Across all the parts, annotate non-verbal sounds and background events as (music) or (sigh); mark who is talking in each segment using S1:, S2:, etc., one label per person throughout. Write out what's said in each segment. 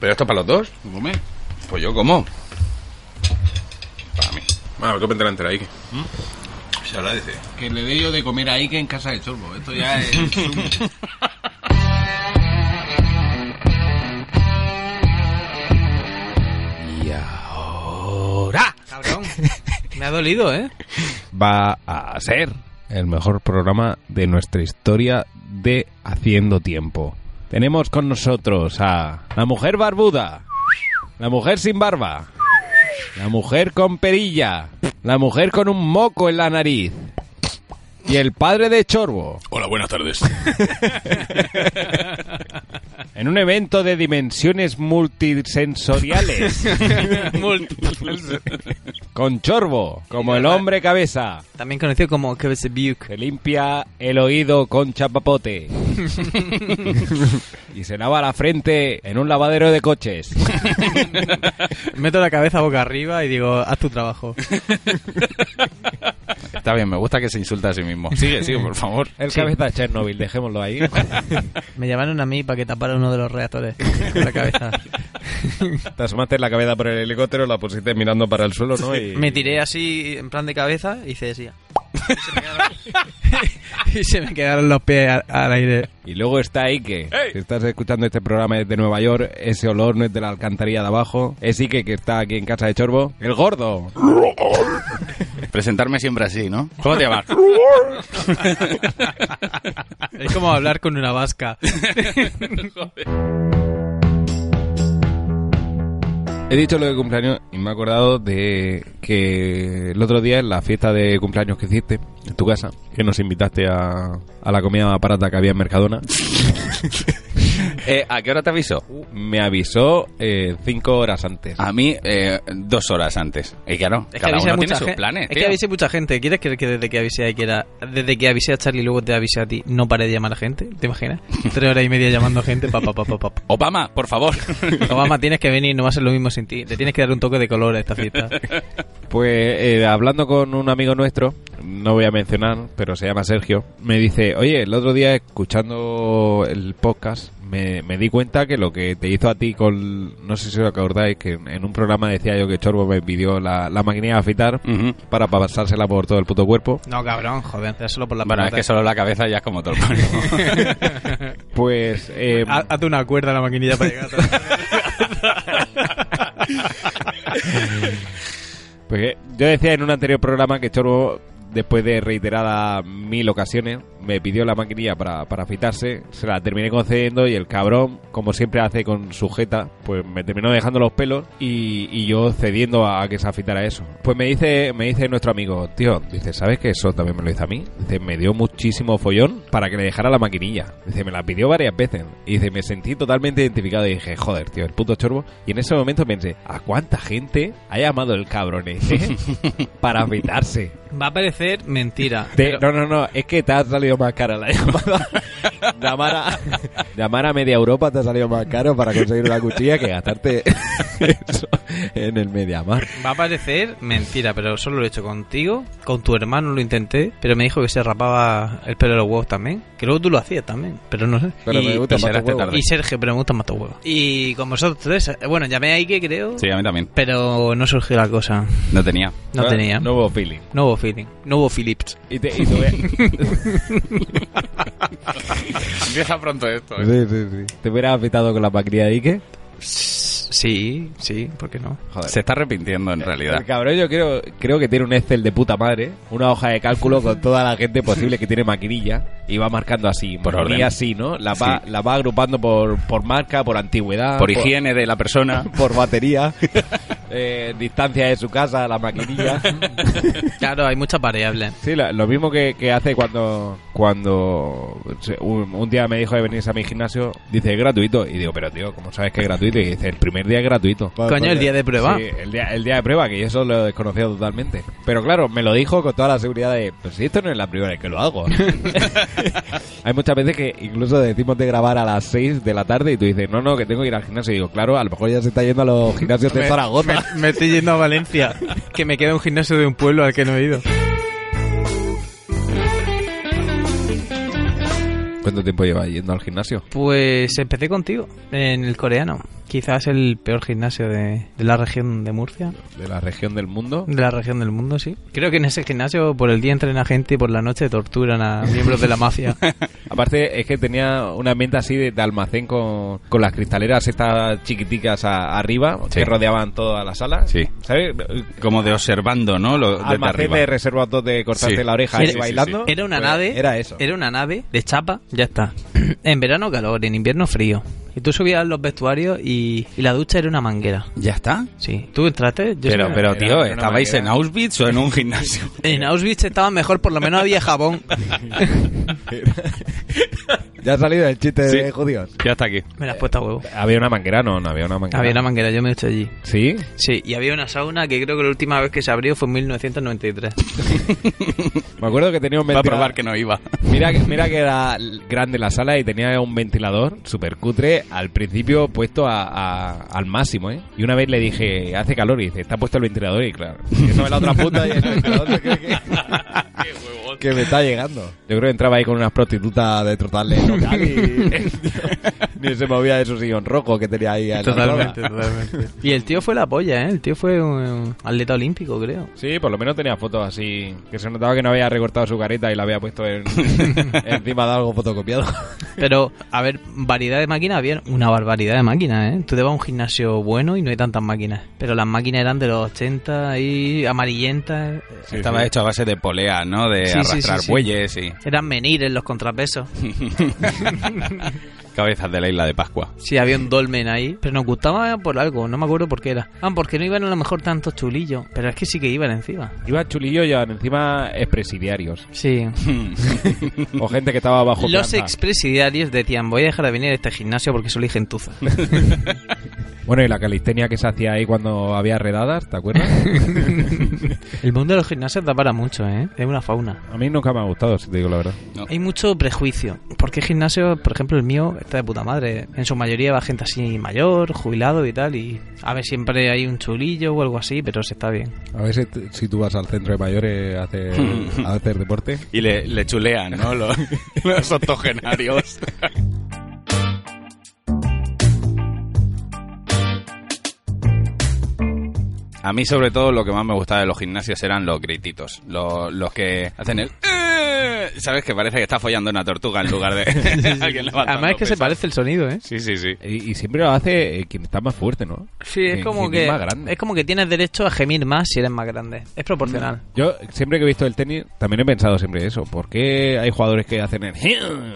S1: ¿Pero esto para los dos?
S2: Come.
S1: Pues yo como. Para mí. ¿Mm?
S3: Bueno, ¿qué pendrá entre ahí?
S4: Se agradece.
S2: Que le dé yo de comer ahí que en casa de chorbo. Esto ya es. un-
S1: (laughs) Y ahora
S5: Cabrón. Me ha dolido, ¿eh?
S1: va a ser el mejor programa de nuestra historia de Haciendo Tiempo. Tenemos con nosotros a la mujer barbuda, la mujer sin barba, la mujer con perilla, la mujer con un moco en la nariz y el padre de Chorbo.
S4: Hola, buenas tardes.
S1: (laughs) En un evento de dimensiones multisensoriales.
S4: (laughs)
S1: con Chorbo, como el hombre cabeza.
S5: También conocido como Kevin Buke.
S1: Se limpia el oído con chapapote. y se lava la frente en un lavadero
S2: (laughs)
S1: de coches.
S5: Meto la cabeza boca arriba y digo, haz tu trabajo.
S2: Está bien, me gusta que se insulta a sí mismo. Sigue, sigue, por (laughs) favor.
S1: El cabeza de Chernobyl,
S2: (laughs)
S1: dejémoslo ahí.
S5: Me llamaron a mí para que tapara uno de los reactores con la cabeza.
S1: Te asomaste la cabeza por el helicóptero, la pusiste mirando para el suelo, ¿no? Y...
S5: (laughs) Me tiré así, en plan de cabeza, y hice así. (laughs) Y se me quedaron, y se me quedaron los pies al, al aire.
S1: Y luego está Ike. Si estás escuchando este programa desde Nueva York, ese olor no es de la alcantarilla de abajo. Es Ike que está aquí en casa de Chorbo. El gordo.
S2: Presentarme siempre así, ¿no? ¿Cómo te llamas?
S5: Es como hablar con una vasca.
S1: He dicho lo de cumpleaños y me he acordado de que el otro día en la fiesta de cumpleaños que hiciste en tu casa, que nos invitaste a, a la comida barata que había en Mercadona,
S2: Eh, ¿A qué hora te aviso?
S1: me avisó eh, cinco horas antes.
S2: A mí, eh, dos horas antes. Y claro,
S5: Es que
S2: cada
S5: avisa
S2: uno
S5: mucha
S2: tiene sus
S5: gen-
S2: planes,
S5: Es
S2: tío.
S5: que avise mucha gente. ¿Quieres creer que desde que avisé a Ikea- desde que avisé a Charlie y luego te avisé a ti, no paré de llamar a gente?
S2: (laughs)
S5: ¿Te imaginas? Tres horas y media llamando a gente, pa, pa, pa, pa, pa.
S2: Obama, por (laughs) favor.
S5: Obama, tienes que venir, no va a ser lo mismo sin ti. Le tienes que dar un toque de color a esta fiesta.
S1: Pues eh, hablando con un amigo nuestro, no voy a mencionar, pero se llama Sergio, me dice, oye, el otro día escuchando el podcast, me, me di cuenta que lo que te hizo a ti con, no sé si os acordáis, que en en un programa decía yo que Chorbo me pidió la, la maquinilla de afitar.
S4: Mm.
S2: Ujú.
S1: para pasársela por todo el puto cuerpo.
S5: No, cabrón, joder, era solo por la
S2: Bueno, es
S5: pelota.
S2: que solo la cabeza ya es como todo el (laughs) cuerpo.
S1: Pues eh,
S5: Ha- Hazte una cuerda a la maquinilla para llegar. a-
S1: pues, eh, yo decía en un anterior programa que Chorbo, después de reiteradas mil ocasiones, me pidió la maquinilla para, para afitarse, se la terminé concediendo y el cabrón, como siempre hace con sujeta, pues me terminó dejando los pelos y, y yo cediendo a, a que se afitara eso. Pues me dice, me dice nuestro amigo, tío, dice, ¿sabes que eso también me lo hizo a mí? Dice, me dio muchísimo follón para que le dejara la maquinilla. Dice, me la pidió varias veces. Y dice, me sentí totalmente identificado y dije, joder, tío, el puto chorbo. Y en ese momento pensé, ¿a cuánta gente ha llamado el cabrón
S5: (laughs)
S1: ese para afeitarse?
S5: (laughs) Va a parecer mentira.
S1: Te-
S5: pero-
S1: no, no, no, es que te ha salido más cara la
S5: (laughs)
S1: llamada. llamar, a, llamar a media Europa te ha salido más caro para conseguir una cuchilla que gastarte (laughs) eso en el Mediamar.
S5: Va a parecer mentira, pero solo lo he hecho contigo. Con tu hermano lo intenté, pero me dijo que se rapaba el pelo de los huevos también. Que luego tú lo hacías también, pero no sé.
S1: Pero
S5: y,
S1: me gusta
S5: y
S1: más tu
S5: Sergio-
S1: huevo.
S5: y Sergio, pero me gustan más tus huevos. Y con vosotros tres, eh, bueno, llamé a Ike, creo.
S2: Sí, a mí también.
S5: Pero no surgió la cosa.
S2: No tenía.
S5: No tenía. No.
S1: Ah, Nuevo feeling.
S5: hubo feeling. No hubo Philips.
S1: Y te, y te voy a-
S2: Empieza pronto esto. eh.
S1: Sí, sí, sí. ¿Te hubieras afeitado con la maquinilla de Ike?
S5: Sí, sí, ¿por qué no?
S1: Joder.
S2: Se está arrepintiendo en realidad.
S1: El cabrón yo creo, creo que tiene un Excel de puta madre, una hoja de cálculo con toda la gente posible que tiene maquinilla y va marcando así,
S2: Por orden.
S1: maquinilla así, ¿no? La va, la va agrupando por, por marca, por
S2: (laughs)
S1: antigüedad,
S2: Por higiene de la persona.
S1: por batería. (laughs) eh, distancia de su casa a
S2: (laughs)
S1: la maquinilla.
S5: Claro, hay muchas variables.
S1: Sí, lo, lo mismo que, que hace cuando cuando se- un, un día me dijo de venirse a mi gimnasio, dice es gratuito. Y digo, pero tío, ¿cómo sabes que es gratuito? Y dice, el primer día es gratuito.
S5: Coño, el día de prueba.
S1: Sí, el día, el día de prueba, que yo eso lo desconocía totalmente. Pero claro, me lo dijo con toda la seguridad de, pues si esto no es la primera vez que lo
S5: (laughs)
S1: hago. Hay muchas veces que incluso decimos de grabar a las 6 de la tarde y tú dices, no, no, que tengo que ir al gimnasio. Y digo, claro, a lo mejor ya se está yendo a los gimnasios de Zaragoza.
S5: Me, me estoy yendo a Valencia, que me queda un gimnasio de un pueblo al que no he ido.
S1: ¿Cuánto tiempo lleva yendo al gimnasio?
S5: Pues empecé contigo, en el coreano. Quizás el peor gimnasio de, de la región de Murcia,
S1: ¿De la región del mundo?
S5: de la región del mundo, sí. Creo que en ese gimnasio por el día entrena gente y por la noche torturan a miembros de
S1: (laughs)
S5: la mafia.
S1: Aparte es que tenía una ambiente así de, de almacén con, con las cristaleras estas chiquiticas a- arriba
S4: Sí.
S1: que rodeaban toda la sala.
S4: Sí.
S1: ¿Sabes?
S4: Como de observando, ¿no? Lo, desde
S1: Almacén
S4: arriba.
S1: de reservas donde cortaste
S4: Sí.
S1: la oreja
S4: Sí,
S1: y
S4: sí, sí,
S1: bailando.
S4: sí.
S5: Era una
S1: Pues,
S5: nave.
S1: Era eso.
S5: Era una nave de chapa, ya está. (clears throat) En verano calor, en invierno frío. Y tú subías los vestuarios y, y la ducha era una manguera.
S4: ¿Ya está?
S5: Sí. ¿Tú entraste? Yo
S4: pero,
S5: sí.
S4: pero,
S1: era
S4: tío,
S1: una
S4: ¿estabais en
S1: manguera.
S4: Auschwitz o en un gimnasio?
S5: En Auschwitz estaba mejor, por lo menos
S4: (laughs)
S5: había jabón.
S1: Ya ha salido el chiste
S4: Sí.
S1: de judíos.
S4: (laughs) ya está aquí.
S5: Me la has puesto a huevo.
S1: Había una manguera, no, no había una manguera.
S5: Había una manguera, yo me he hecho allí.
S1: ¿Sí?
S5: Sí, y había una sauna que creo que la última vez que se abrió fue en 1993.
S1: Me acuerdo que tenía un
S4: Para
S1: ventilador.
S4: probar que no iba.
S1: Mira, que- mira que era grande la sala y tenía un ventilador super cutre al principio puesto a- a- al máximo, ¿eh? Y una vez le dije, hace calor, y dice, está puesto el ventilador, y (laughs) claro, yo estaba en la otra punta y el ventilador se cree que... que me está llegando. Yo creo que entraba ahí con unas prostitutas de trotarle el local (laughs) y ni se movía de su sillón rojo que tenía ahí. en la sala.
S5: (laughs) totalmente. Y el tío fue la polla, ¿eh? El tío fue un atleta olímpico, creo.
S1: Sí, por lo menos tenía fotos así, que se notaba que no había recortado su careta y la había puesto (laughs) en- encima de algo fotocopiado.
S5: Pero, a ver, variedad de máquinas había una barbaridad de máquinas, ¿eh? Tú te vas a un gimnasio bueno y no hay tantas máquinas. Pero las máquinas eran de los 80 y amarillentas.
S4: Estaba hecho a base de polea, ¿no? De
S5: Sí, sí,
S4: arrastrar
S5: sí, sí.
S4: bueyes y
S5: Eran menires los contrapesos.
S4: cabezas de la isla de Pascua.
S5: Sí, había un dolmen ahí. Pero nos gustaba por algo, no me acuerdo por qué era. Ah, porque no iban a lo mejor tantos chulillos. Pero es que sí que iban encima.
S1: Iba chulillo y llevaban encima expresidiarios.
S5: Sí.
S1: O gente que estaba bajo
S5: Los
S1: planta.
S5: expresidiarios decían, voy a dejar de venir a este gimnasio porque soy gentuza.
S1: Bueno, y la calistenia que se hacía ahí cuando había redadas, ¿te (laughs) acuerdas?
S5: (laughs) El mundo de los gimnasios da para mucho, ¿eh? Es una fauna.
S1: A mí nunca me ha gustado, si te digo la verdad.
S5: Hay mucho prejuicio. Porque gimnasio, por ejemplo, el mío está de puta madre. En su mayoría va gente así mayor, jubilado y tal. Y a ver, siempre hay un chulillo o algo así, pero se está bien.
S1: A ver si, t- si tú vas al centro de mayores a hacer,
S5: (laughs)
S1: a hacer deporte.
S4: Y le, le chulean, ¿no? (laughs) Los, los octogenarios. A mí, sobre todo, lo que más me gustaba de los gimnasios eran los grititos. Los, los que hacen el... "Eh", ¿Sabes? Que parece que está follando una tortuga en (laughs) lugar de alguien
S1: Ah,
S4: levantando
S5: Además es que se
S4: pesas.
S5: parece el sonido, ¿eh?
S4: Sí, sí, sí.
S1: Y, y siempre lo hace eh, quien está más fuerte, ¿no?
S5: Sí, es
S1: Quien-
S5: como
S1: quien
S5: que
S1: es más grande.
S5: es como que tienes derecho a gemir más si eres más grande. Es proporcional.
S1: Yo siempre que he visto el tenis, también he pensado siempre eso. ¿Por qué hay jugadores que hacen el...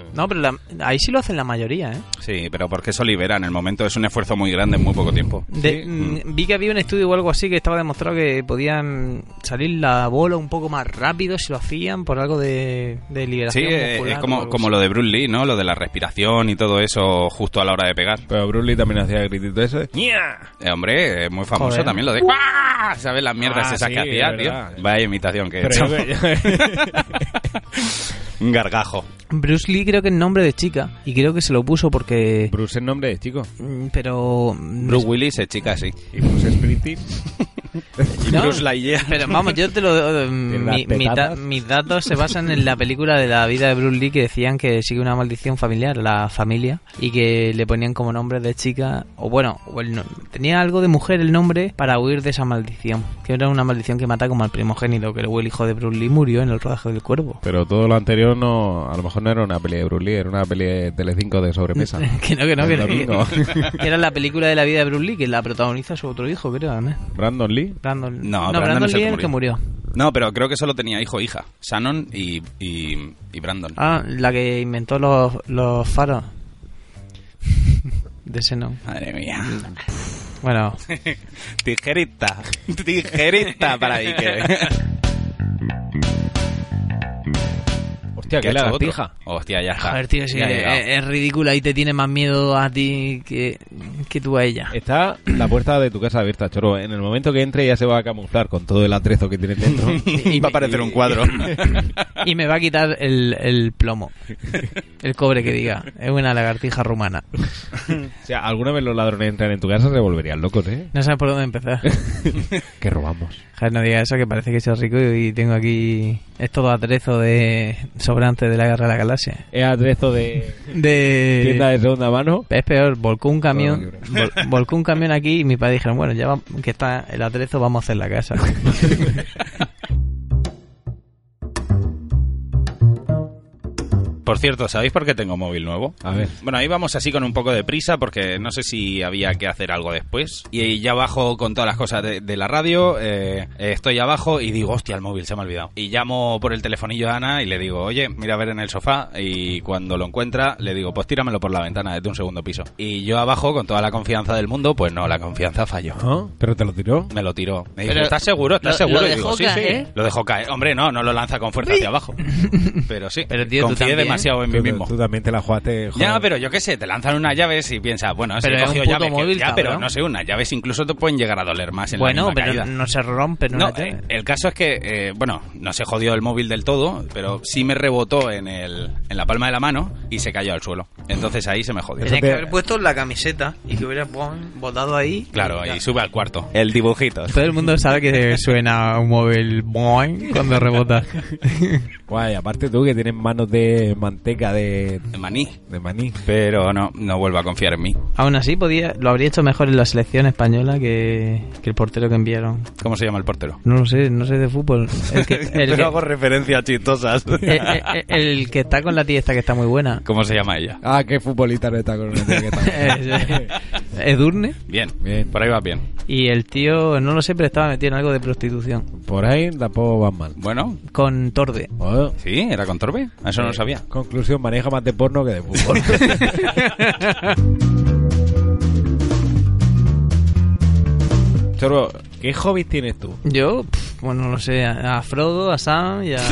S1: (laughs)
S5: No, pero la- ahí sí lo hacen la mayoría, ¿eh?
S4: Sí, pero porque eso libera en el momento. Es un esfuerzo muy grande en muy poco tiempo.
S5: De-
S1: Sí.
S5: mm, Vi que había un estudio o algo así que estaba demostrado que podían salir la bola un poco más rápido si lo hacían por algo de, de
S4: Sí,
S5: liberación.
S4: eh,
S5: muscular
S4: es
S5: o
S4: como,
S5: algo
S4: como
S5: así.
S4: lo de Bruce Lee, ¿no? Lo de la respiración y todo eso justo a la hora de pegar.
S1: Pero Bruce Lee también hacía el gritito ese.
S4: Eh, hombre, es muy famoso
S5: Joder.
S4: también lo de... ¡Guau! ¿Sabes las mierdas
S1: Ah,
S4: esas
S1: sí,
S4: que hacía,
S1: es
S4: tío?
S1: verdad.
S4: Vaya imitación que he
S1: Pero (laughs)
S4: hecho.
S1: yo-
S4: (laughs) Un gargajo.
S5: Bruce Lee creo que es nombre de chica y creo que se lo puso porque...
S1: Bruce es nombre de chico.
S5: mm, Pero... mm,
S4: Bruce Willis es chica así.
S1: Y Bruce Springsteen.
S4: Y
S5: No.
S4: Bruce Lightyear.
S5: Pero vamos, yo te lo... eh,
S1: las
S5: mi- mi da-
S1: petadas.
S5: mis datos se basan en la película de la vida de Bruce Lee que decían que sigue una maldición familiar, la familia, y que le ponían como nombre de chica, o bueno, o el no- tenía algo de mujer el nombre para huir de esa maldición, que era una maldición que mata como al primogénito, que luego el hijo de Bruce Lee murió en el rodaje del cuervo. (laughs)
S1: Pero todo lo anterior no, a lo mejor no era una peli de Bruce Lee, era una peli de Telecinco de (laughs) sobrepesa.
S5: Que no, que no, que
S1: El
S5: no.
S1: domingo.
S5: que Era la película de la vida de Bruce Lee que la protagoniza su otro hijo, creo, además.
S1: Brandon Lee.
S5: Brandon.
S4: No,
S5: no,
S4: Brandon
S5: Brandon
S4: es el
S5: Lee
S4: que
S5: es el que murió.
S4: No, pero creo que solo tenía hijo e hija. Shannon y, y, y Brandon.
S5: Ah, la que inventó los, los faros. De ese no.
S4: Madre mía. (laughs)
S5: Bueno,
S4: Tijerita. Tijerita para (laughs) Iker.
S1: Hostia,
S4: ¿Qué ha
S1: que
S4: hecho otro?
S1: lagartija.
S4: Hostia, ya está.
S5: joder, tío, sí, eh,
S4: Ya ha llegado.
S5: es, es ridícula y te tiene más miedo a ti que, que tú
S4: (laughs)
S5: a ella.
S1: Está la puerta de tu casa abierta, choro. En el momento que entre ya se va a camuflar con todo el atrezo que tiene (laughs) dentro.
S4: (laughs)
S5: Y,
S4: Va a aparecer un
S5: (laughs)
S4: cuadro.
S5: y me va a quitar el, el plomo. El cobre que diga. Es una lagartija rumana.
S1: o sea, alguna vez los ladrones entran en tu casa se volverían locos, ¿eh?
S5: No sabes por dónde empezar.
S1: Que robamos.
S5: Joder, no digas eso, que parece que soy rico y tengo aquí... Es todo atrezo de sobrante de la guerra de la galaxia.
S1: Es atrezo (laughs) de
S5: De...
S1: tienda de segunda mano.
S5: Es peor, volcó un
S1: Todo
S5: camión,
S1: lo
S5: vol- volcó un camión aquí y mi padre dijeron, bueno, ya va- que está el atrezo, vamos a hacer
S4: (laughs)
S5: la casa.
S4: (laughs) Por cierto, ¿sabéis por qué tengo móvil nuevo?
S1: A ver.
S4: Bueno, ahí vamos así con un poco de prisa porque no sé si había que hacer algo después. Y ya bajo con todas las cosas de, de la radio, eh, eh, estoy abajo y digo, hostia, el móvil se me ha olvidado. Y llamo por el telefonillo a Ana y le digo, oye, mira a ver en el sofá. Y cuando lo encuentra, le digo, pues tíramelo por la ventana desde un segundo piso. Y yo abajo, con toda la confianza del mundo, pues no, la confianza falló.
S1: ¿Ah? ¿Pero te lo tiró?
S4: Me lo tiró. Me dijo,
S3: Pero,
S4: ¿estás seguro? ¿Estás
S3: ¿lo-
S4: seguro?
S3: lo
S4: y digo,
S3: dejó
S4: sí,
S3: caer?
S5: ¿eh?
S4: sí. Lo dejó caer. Hombre, no, no lo lanza con fuerza hacia
S5: (laughs)
S4: abajo. Pero sí,
S5: Pero, tío, tú
S4: confié
S5: también. ¿eh?
S4: demasiado en mí
S1: Tú-
S4: mismo.
S1: Tú también te la jugaste. joder.
S4: Ya, pero yo qué sé, te lanzan unas llaves y piensas, bueno, si
S5: Pero
S4: he
S5: es un
S4: cogido
S5: puto
S4: llaves, que-
S5: móvil,
S4: ya, pero
S5: cabrón.
S4: no sé, unas llaves incluso te pueden llegar a doler más en
S5: bueno,
S4: la misma
S5: pero
S4: caída.
S5: no se rompe, no,
S4: No, eh, el caso es que, eh, bueno, no se jodió el móvil del todo, pero sí me rebotó en, el, en la palma de la mano y se cayó al suelo. Entonces ahí se me jodió.
S1: Eso te-
S5: puesto la camiseta y que hubieras botado ahí.
S4: Claro, y sube al cuarto. El dibujito.
S5: Todo el mundo sabe que suena un móvil boing cuando (laughs) rebota.
S1: Guay, aparte tú que tienes manos de manteca de,
S4: Maní.
S1: de maní.
S4: Pero no, no vuelvo a confiar en mí.
S5: Aún así, podía, lo habría hecho mejor en la selección española que, que el portero que enviaron.
S4: ¿Cómo se llama el portero?
S5: No lo sé, no sé de fútbol.
S4: (laughs)
S5: El que, Eh, el que-
S4: referencias chistosas.
S5: el- el- el que está con la tía esta que está muy
S4: (laughs)
S5: buena. (laughs)
S4: ¿Cómo se llama ella?
S1: Ah, qué futbolista no está con una
S5: Es- Edurne.
S4: Bien,
S1: Bien.
S4: Por ahí va bien.
S5: Y el tío, no lo sé, pero estaba metido en algo de prostitución.
S1: Por ahí tampoco van mal.
S4: Bueno,
S5: Con Torde.
S1: Joder.
S4: sí, era con Torbe. Eso no lo sabía.
S1: Conclusión, maneja más de porno que de fútbol. Chorro, ¿qué hobbies tienes tú?
S5: Yo, pf, bueno, no sé, a, a Frodo, a Sam y a...
S1: (laughs)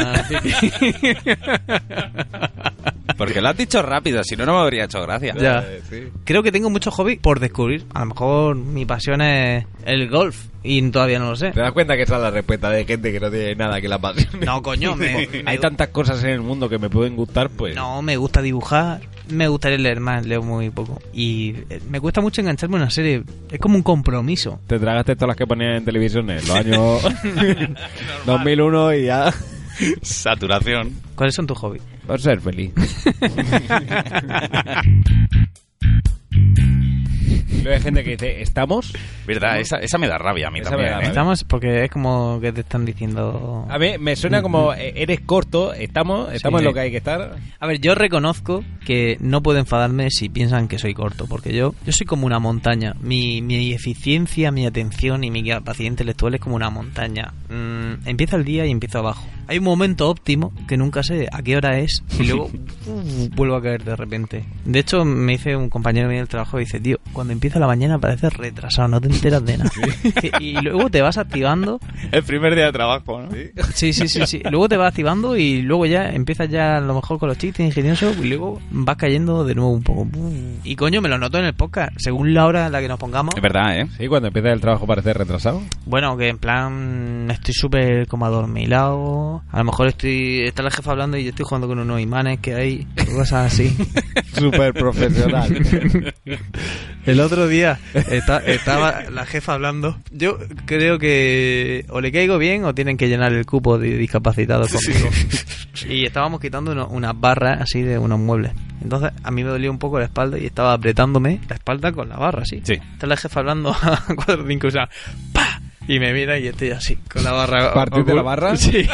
S4: Porque lo has dicho rápido, si no, no me habría hecho gracia.
S5: (laughs) Ya.
S1: Eh,
S5: Creo que tengo muchos hobbies por descubrir. A lo mejor mi pasión es el golf y todavía no lo sé.
S1: das cuenta que esa es la respuesta de gente que no tiene nada que la pasión?
S5: No, coño, me, me-
S1: (laughs) Hay tantas cosas en el mundo que me pueden gustar, pues.
S5: No, me gusta dibujar, me gustaría leer más, leo muy poco. Y eh, me cuesta mucho engancharme a una serie, es como un compromiso.
S1: Te tragaste todas las que ponían en televisión en los años 2001 y ya.
S4: Saturación.
S5: ¿Cuáles son tus hobbies?
S1: Por ser feliz. Luego hay gente que dice, ¿estamos?
S4: ¿Verdad? Esa, esa me da rabia a mí
S1: Esa
S4: también.
S1: me da
S4: ¿eh?
S1: rabia.
S5: Estamos porque es como que te están diciendo...
S1: Pues, A mí me suena como, eh, eres corto, estamos, estamos
S5: Sí.
S1: en lo que hay que estar.
S5: A ver, yo reconozco que no puedo enfadarme si piensan que soy corto, porque yo, yo soy como una montaña. Mi, mi eficiencia, mi atención y mi capacidad intelectual es como una montaña. Mm, empieza el día y empiezo abajo. Hay un momento óptimo que nunca sé a qué hora es y luego uf, vuelvo a caer de repente. De hecho, me dice un compañero mío del trabajo y dice, tío, cuando empieza la mañana pareces retrasado, no te enteras de nada. y luego te vas activando
S4: El primer día de trabajo, ¿no?
S5: Sí, sí, sí, sí. Luego te vas activando y luego ya empiezas ya a lo mejor con los chistes ingeniosos y luego vas cayendo de nuevo un poco. Y coño, me lo noto en el podcast. Según la hora en la que nos pongamos.
S4: Es verdad, ¿eh?
S1: Sí, cuando empieza el trabajo parece retrasado.
S5: Bueno, que en plan estoy súper como adormilado. A lo mejor estoy está la jefa hablando y yo estoy jugando con unos imanes que hay. Cosas así.
S1: Súper profesional. (laughs)
S5: El otro día esta- estaba la jefa hablando. Yo creo que o le caigo bien o tienen que llenar el cupo de discapacitados conmigo. Y estábamos quitando uno- unas barras así de unos muebles. Entonces a mí me dolía un poco la espalda y estaba apretándome la espalda con la barra así.
S4: Sí.
S5: (laughs) Está la jefa hablando a 4 o 5, o sea, ¡pa! Y me mira y estoy así, con la barra.
S3: ¿Partirte
S5: o-
S3: la barra?
S5: (laughs) Sí.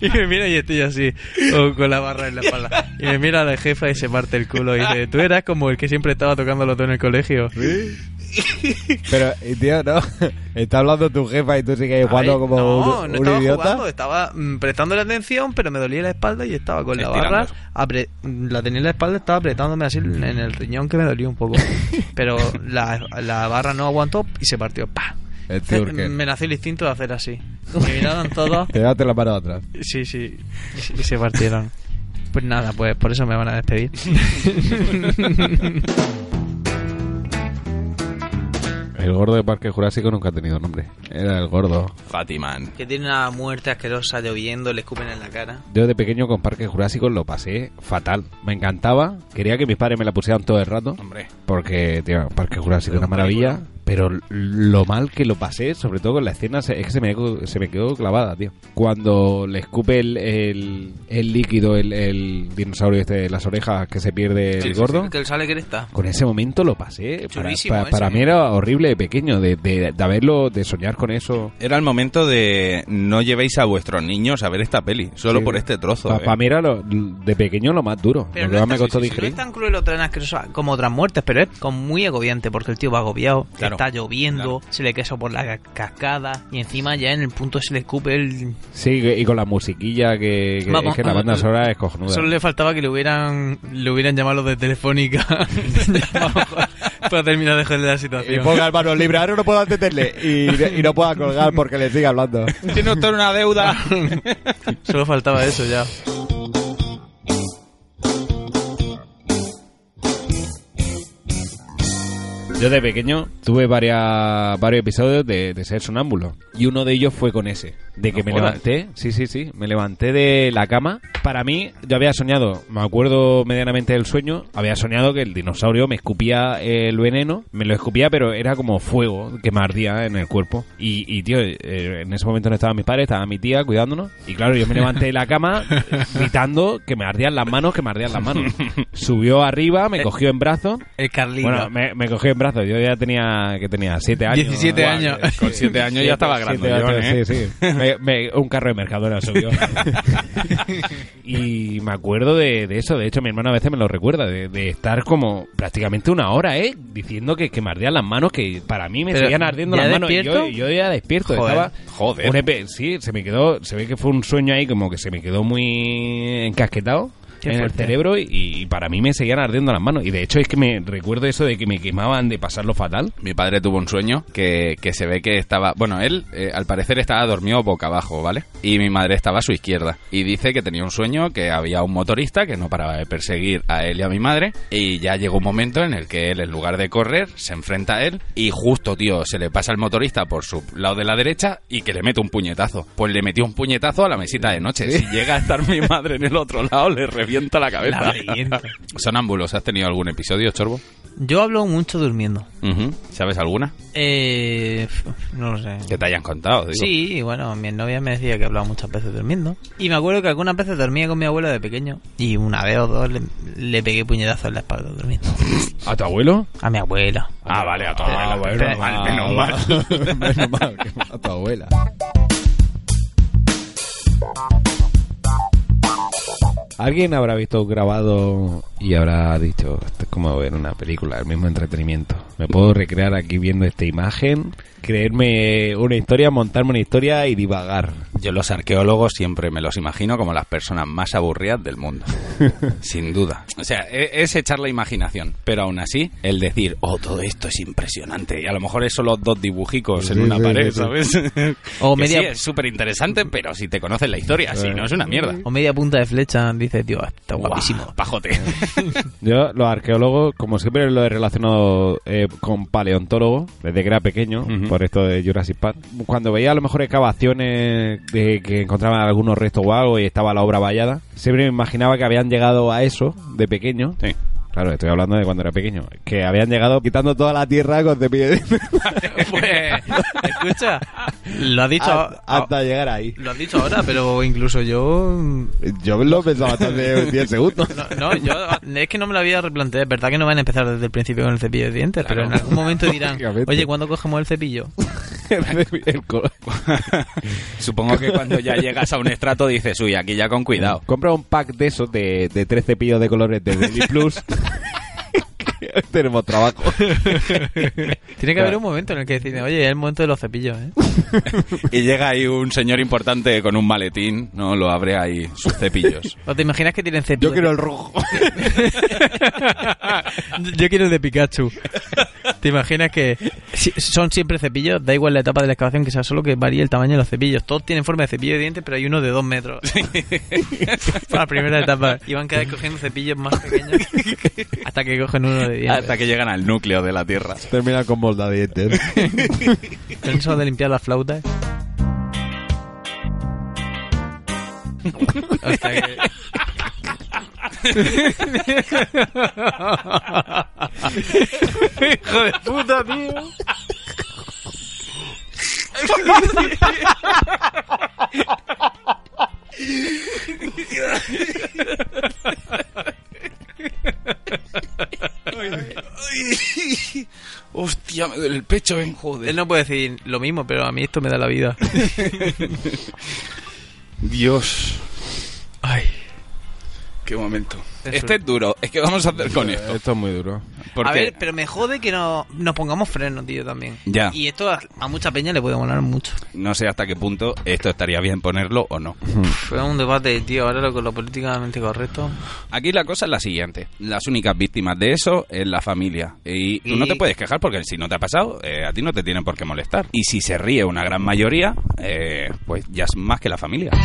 S5: y me mira y estoy así, o con la barra en la espalda. Y me mira la jefa y se parte el culo. Y dice, tú eras como el que siempre estaba tocando los dos en el colegio.
S3: Pero, eh, tío, no. Está hablando tu jefa y tú sigues jugando
S5: Ay,
S3: como
S5: no,
S3: un,
S5: no
S3: un
S5: estaba
S3: idiota.
S5: jugando, estaba mm, prestándole atención, pero me dolía la espalda y estaba con la
S4: Estirando.
S5: barra. apre- mm, la tenía en la espalda, estaba apretándome así en
S3: Mm.
S5: el riñón que me dolía un
S3: (laughs)
S5: poco. pero la, la barra no aguantó y se partió. ¡Pah!
S3: El
S5: Me,
S3: Zurker.
S5: me nació el instinto de hacer así. Me miraron todos.
S3: Te date la mano atrás.
S5: Sí, sí. Y se partieron. Pues nada, pues por eso me van a despedir.
S1: El gordo de Parque Jurásico nunca ha tenido nombre. Era el gordo.
S4: Fatiman.
S5: (laughs) que tiene una muerte asquerosa lloviendo, le escupen en la cara.
S1: Yo de pequeño con Parque Jurásico lo pasé fatal. Me encantaba. Quería que mis padres me la pusieran todo el rato.
S4: Hombre.
S1: Porque, tío, Parque Jurásico es una maravilla. Pero lo mal que lo pasé, sobre todo con la escena, se- es que se me, quedó- se me quedó clavada, tío. Cuando le escupe el, el, el líquido, el, el dinosaurio este de las orejas que se pierde el gordo.
S5: Que él sale cresta.
S1: Con ese momento lo pasé. Para,
S5: Chulísimo
S1: para-
S5: ese. eh.
S1: para mí era horrible de pequeño, de, de, de haberlo, de soñar con eso.
S4: Era el momento de no llevéis a vuestros niños a ver esta peli, solo
S1: Sí.
S4: por este trozo.
S1: Para,
S4: eh.
S1: mí era lo- de pequeño lo más duro.
S5: Pero
S1: lo
S5: no,
S1: que
S5: es
S1: más me
S5: tan-
S1: costó
S5: sí, sí,
S1: digerir.
S5: no es tan cruel o tan asquerosa como otras muertes, pero es como muy agobiante porque el tío va agobiado,
S4: Claro,
S5: está lloviendo, se le cae eso por la ca- cascada y encima ya en el punto se le escupe el...
S1: Sí, y con la musiquilla que, que-
S5: Vamos,
S1: es que la banda
S5: ah,
S1: sonora es cojonuda.
S5: Solo le faltaba que le hubieran le hubieran llamado
S1: (laughs)
S5: de Telefónica (laughs) para terminar de joder la
S3: Y
S1: Eh,
S5: situación.
S3: ponga el mano libre, ahora no puedo detenerle. Y, y no pueda colgar porque le sigue hablando.
S4: Tiene usted una deuda.
S5: Solo faltaba eso ya.
S1: Yo de pequeño tuve varias, varios episodios de, de ser sonámbulo. Y uno de ellos fue con ese. De que
S4: No
S1: me
S4: jodas.
S1: levanté, sí, sí, sí, me levanté de la cama. Para mí, yo había soñado, me acuerdo medianamente del sueño, había soñado que el dinosaurio me escupía el veneno, me lo escupía, pero era como fuego que me ardía en el cuerpo. Y, y, tío, eh, en ese momento no estaban mis padres, estaba mi tía cuidándonos. Y claro, yo me levanté de la cama eh, gritando que me ardían las manos, que me ardían
S4: (laughs)
S1: las manos. Subió arriba, me cogió en brazos.
S5: El Carlito.
S1: Bueno, me, me cogió en brazos. Yo ya tenía, que tenía? ¿Siete años?
S5: 17
S1: Guau,
S5: años.
S1: eh,
S4: Con (laughs) siete años ya estaba
S1: siete,
S4: grande. ¿eh?
S1: ocho, Sí, sí. Me- me- un carro de Mercadona subió. y me acuerdo de, de eso. De hecho, mi hermano a veces me lo recuerda. De, de estar como prácticamente una hora, ¿eh? Diciendo que, que me ardían las manos, que para mí me
S5: Pero,
S1: seguían ardiendo
S5: ¿ya
S1: las manos. Y yo,
S5: despierto?
S1: yo ya despierto.
S5: Joder.
S1: Estaba
S4: Joder.
S1: un EP sí, se me quedó, se ve que fue un sueño ahí como que se me quedó muy encasquetado
S5: Qué
S1: en el
S5: fuerte.
S1: cerebro y, y para mí me seguían ardiendo las manos. Y de hecho es que me recuerdo eso de que me quemaban de pasarlo fatal.
S4: Mi padre tuvo un sueño que, que se ve que estaba. Bueno, él eh, al parecer estaba dormido boca abajo, ¿vale? Y mi madre estaba a su izquierda. Y dice que tenía un sueño que había un motorista que no paraba de perseguir a él y a mi madre. Y ya llegó un momento en el que él, en lugar de correr, se enfrenta a él. Y justo, tío, se le pasa el motorista por su lado de la derecha y que le mete un puñetazo. Pues le metió un puñetazo a la mesita de noche. Si llega a estar mi madre en el otro lado, le revienta la cabeza. Sonámbulos, ¿has tenido algún episodio, Chorbo?
S5: Yo hablo mucho durmiendo.
S4: Ujú. ¿Sabes alguna?
S5: Eh, f- no lo sé.
S4: Que te hayan contado, digo.
S5: Sí, bueno, mi novia me decía que hablaba muchas veces durmiendo. Y me acuerdo que algunas veces dormía con mi abuelo de pequeño. Y una vez o dos le, le pegué puñetazo en la espalda durmiendo. (laughs)
S1: ¿A tu abuelo?
S5: A mi abuela.
S4: Ah, vale, a tu
S1: Ah,
S4: abuela.
S1: bueno,
S4: Vale,
S1: ah,
S4: menos
S1: va.
S4: mal. (laughs)
S1: (laughs)
S3: Menos mal que mata a tu abuela.
S1: ¿Alguien habrá visto grabado y habrá dicho, esto es como ver una película, el mismo entretenimiento? Me puedo recrear aquí viendo esta imagen, creerme una historia, montarme una historia y divagar.
S4: Yo los arqueólogos siempre me los imagino como las personas más aburridas del mundo. Sin duda. O sea, e- es echar la imaginación. Pero aún así, el decir, oh, todo esto es impresionante. Y a lo mejor es solo dos dibujicos en
S3: Sí,
S4: una
S3: sí,
S4: pared,
S3: sí, sí.
S4: (laughs) ¿sabes?
S5: O
S4: Que
S5: media-
S4: sí, es súper interesante, pero si te conoces la historia, si no, es una mierda.
S5: O media punta de flecha, dice, tío, está
S4: (laughs)
S5: guapísimo.
S4: Guau, Pajote.
S1: Yo, los arqueólogos, como siempre lo he relacionado eh, con paleontólogo, desde que era pequeño,
S4: Ujú.
S1: por esto de Jurassic Park, cuando veía a lo mejor excavaciones de que encontraban algunos restos o algo y estaba la obra vallada, siempre me imaginaba que habían llegado a eso de pequeño.
S4: Sí.
S1: Claro, estoy hablando de cuando era pequeño. Que habían llegado quitando toda la tierra con de pie
S4: Eh.
S5: Pues, (laughs) escucha, lo has dicho,
S4: Ah,
S3: Hasta, hasta llegar ahí.
S5: lo has dicho ahora, pero incluso yo... mm,
S3: Yo lo pensaba bastante (laughs) en 10 segundos.
S5: No, no, yo es que no me lo había replanteado. Es verdad que no van a empezar desde el principio con el cepillo de dientes, pero en algún momento dirán,
S3: Lógicamente.
S5: oye, ¿cuándo cogemos el cepillo?
S1: El color.
S4: Supongo que cuando (laughs) ya llegas a un estrato dices, uy, aquí ya con cuidado.
S1: Compra un pack de esos de, de tres cepillos de colores de Deli
S3: (laughs)
S1: Plus. Tenemos trabajo.
S5: Tiene que haber un momento en el que decir, oye, es el momento de los cepillos, ¿eh?
S4: (laughs) Y llega ahí un señor importante con un maletín, ¿no? Lo abre ahí sus cepillos.
S5: ¿O te imaginas que tienen cepillos?
S3: Yo quiero el rojo.
S5: (laughs) Yo quiero el de Pikachu. ¿Te imaginas que si- son siempre cepillos? Da igual la etapa de la excavación que sea, solo que varíe el tamaño de los cepillos. Todos tienen forma de cepillo de dientes, pero hay uno de dos metros. Para (laughs) la primera etapa. Y van cada vez cogiendo cepillos más
S3: (laughs)
S5: pequeños hasta que cogen uno de dientes.
S4: Hasta que llegan al núcleo de la Tierra.
S3: Termina con moldadientes.
S5: Pienso de limpiar las flautas. Hasta que... Hijo de puta, tío.
S4: Hostia, me duele el pecho, ven, joder.
S5: (laughs) Él no puede decir lo mismo, pero a mí esto me da la vida.
S4: Dios,
S5: Ay.
S4: qué momento.
S5: Eso.
S4: Este es duro. Es que vamos a hacer con esto.
S1: Esto es muy duro.
S4: Porque
S5: A ver, pero me jode que no, nos pongamos frenos, tío, también.
S4: Ya.
S5: Y esto a, a mucha peña le puede molar mucho.
S4: no sé hasta qué punto esto estaría bien ponerlo o no.
S5: Fue un debate, tío, ahora lo, con lo políticamente correcto.
S4: Aquí la cosa es la siguiente. Las únicas víctimas de eso es la familia. Y tú
S5: Y-
S4: no te puedes quejar porque si no te ha pasado, eh, a ti no te tienen por qué molestar. Y si se ríe una gran mayoría, eh, pues ya es más que la familia.
S1: (laughs)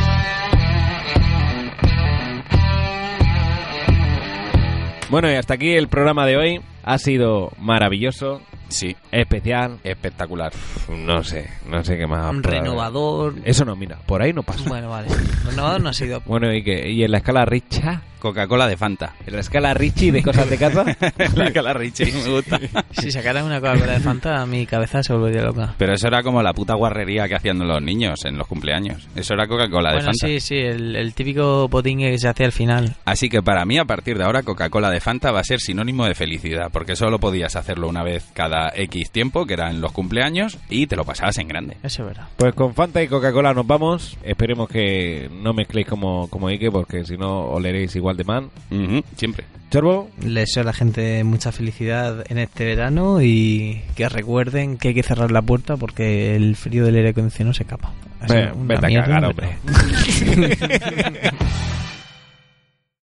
S1: Bueno, y hasta aquí el programa de hoy. Ha sido maravilloso,
S4: Sí,
S1: especial.
S4: espectacular.
S1: No sé, no sé qué más.
S5: Un
S1: puede haber.
S5: renovador.
S1: Eso no, mira, por ahí no pasa.
S5: Bueno, vale. Renovador no ha sido.
S1: Bueno, y, que, y en la escala Richa,
S4: Coca-Cola de Fanta.
S1: en la escala Richie de cosas de casa.
S4: (laughs) la escala Richie me gusta.
S5: Si sacaras una Coca-Cola de Fanta, mi cabeza se volvería loca.
S4: Pero eso era como la puta guarrería que hacían los niños en los cumpleaños. Eso era Coca-Cola de
S5: Bueno,
S4: Fanta.
S5: sí, sí, el, el típico potingue que se hace al final.
S4: Así que para mí, a partir de ahora, Coca-Cola de Fanta va a ser sinónimo de felicidad, porque solo podías hacerlo una vez cada X tiempo, que era en los cumpleaños, y te lo pasabas en grande.
S5: Eso es verdad.
S1: (laughs) Pues con Fanta y Coca-Cola nos vamos. Esperemos que no mezcléis como, como Ike, porque si no oleréis igual de man.
S4: Ujú, siempre.
S1: Chorbo,
S5: Les deseo a la gente mucha felicidad en este verano y que recuerden que hay que cerrar la puerta porque el frío del aire acondicionado se escapa. Ha sido
S1: Ve-
S5: una
S1: vete a
S5: mierda,
S1: cagar,
S5: pero-
S1: hombre.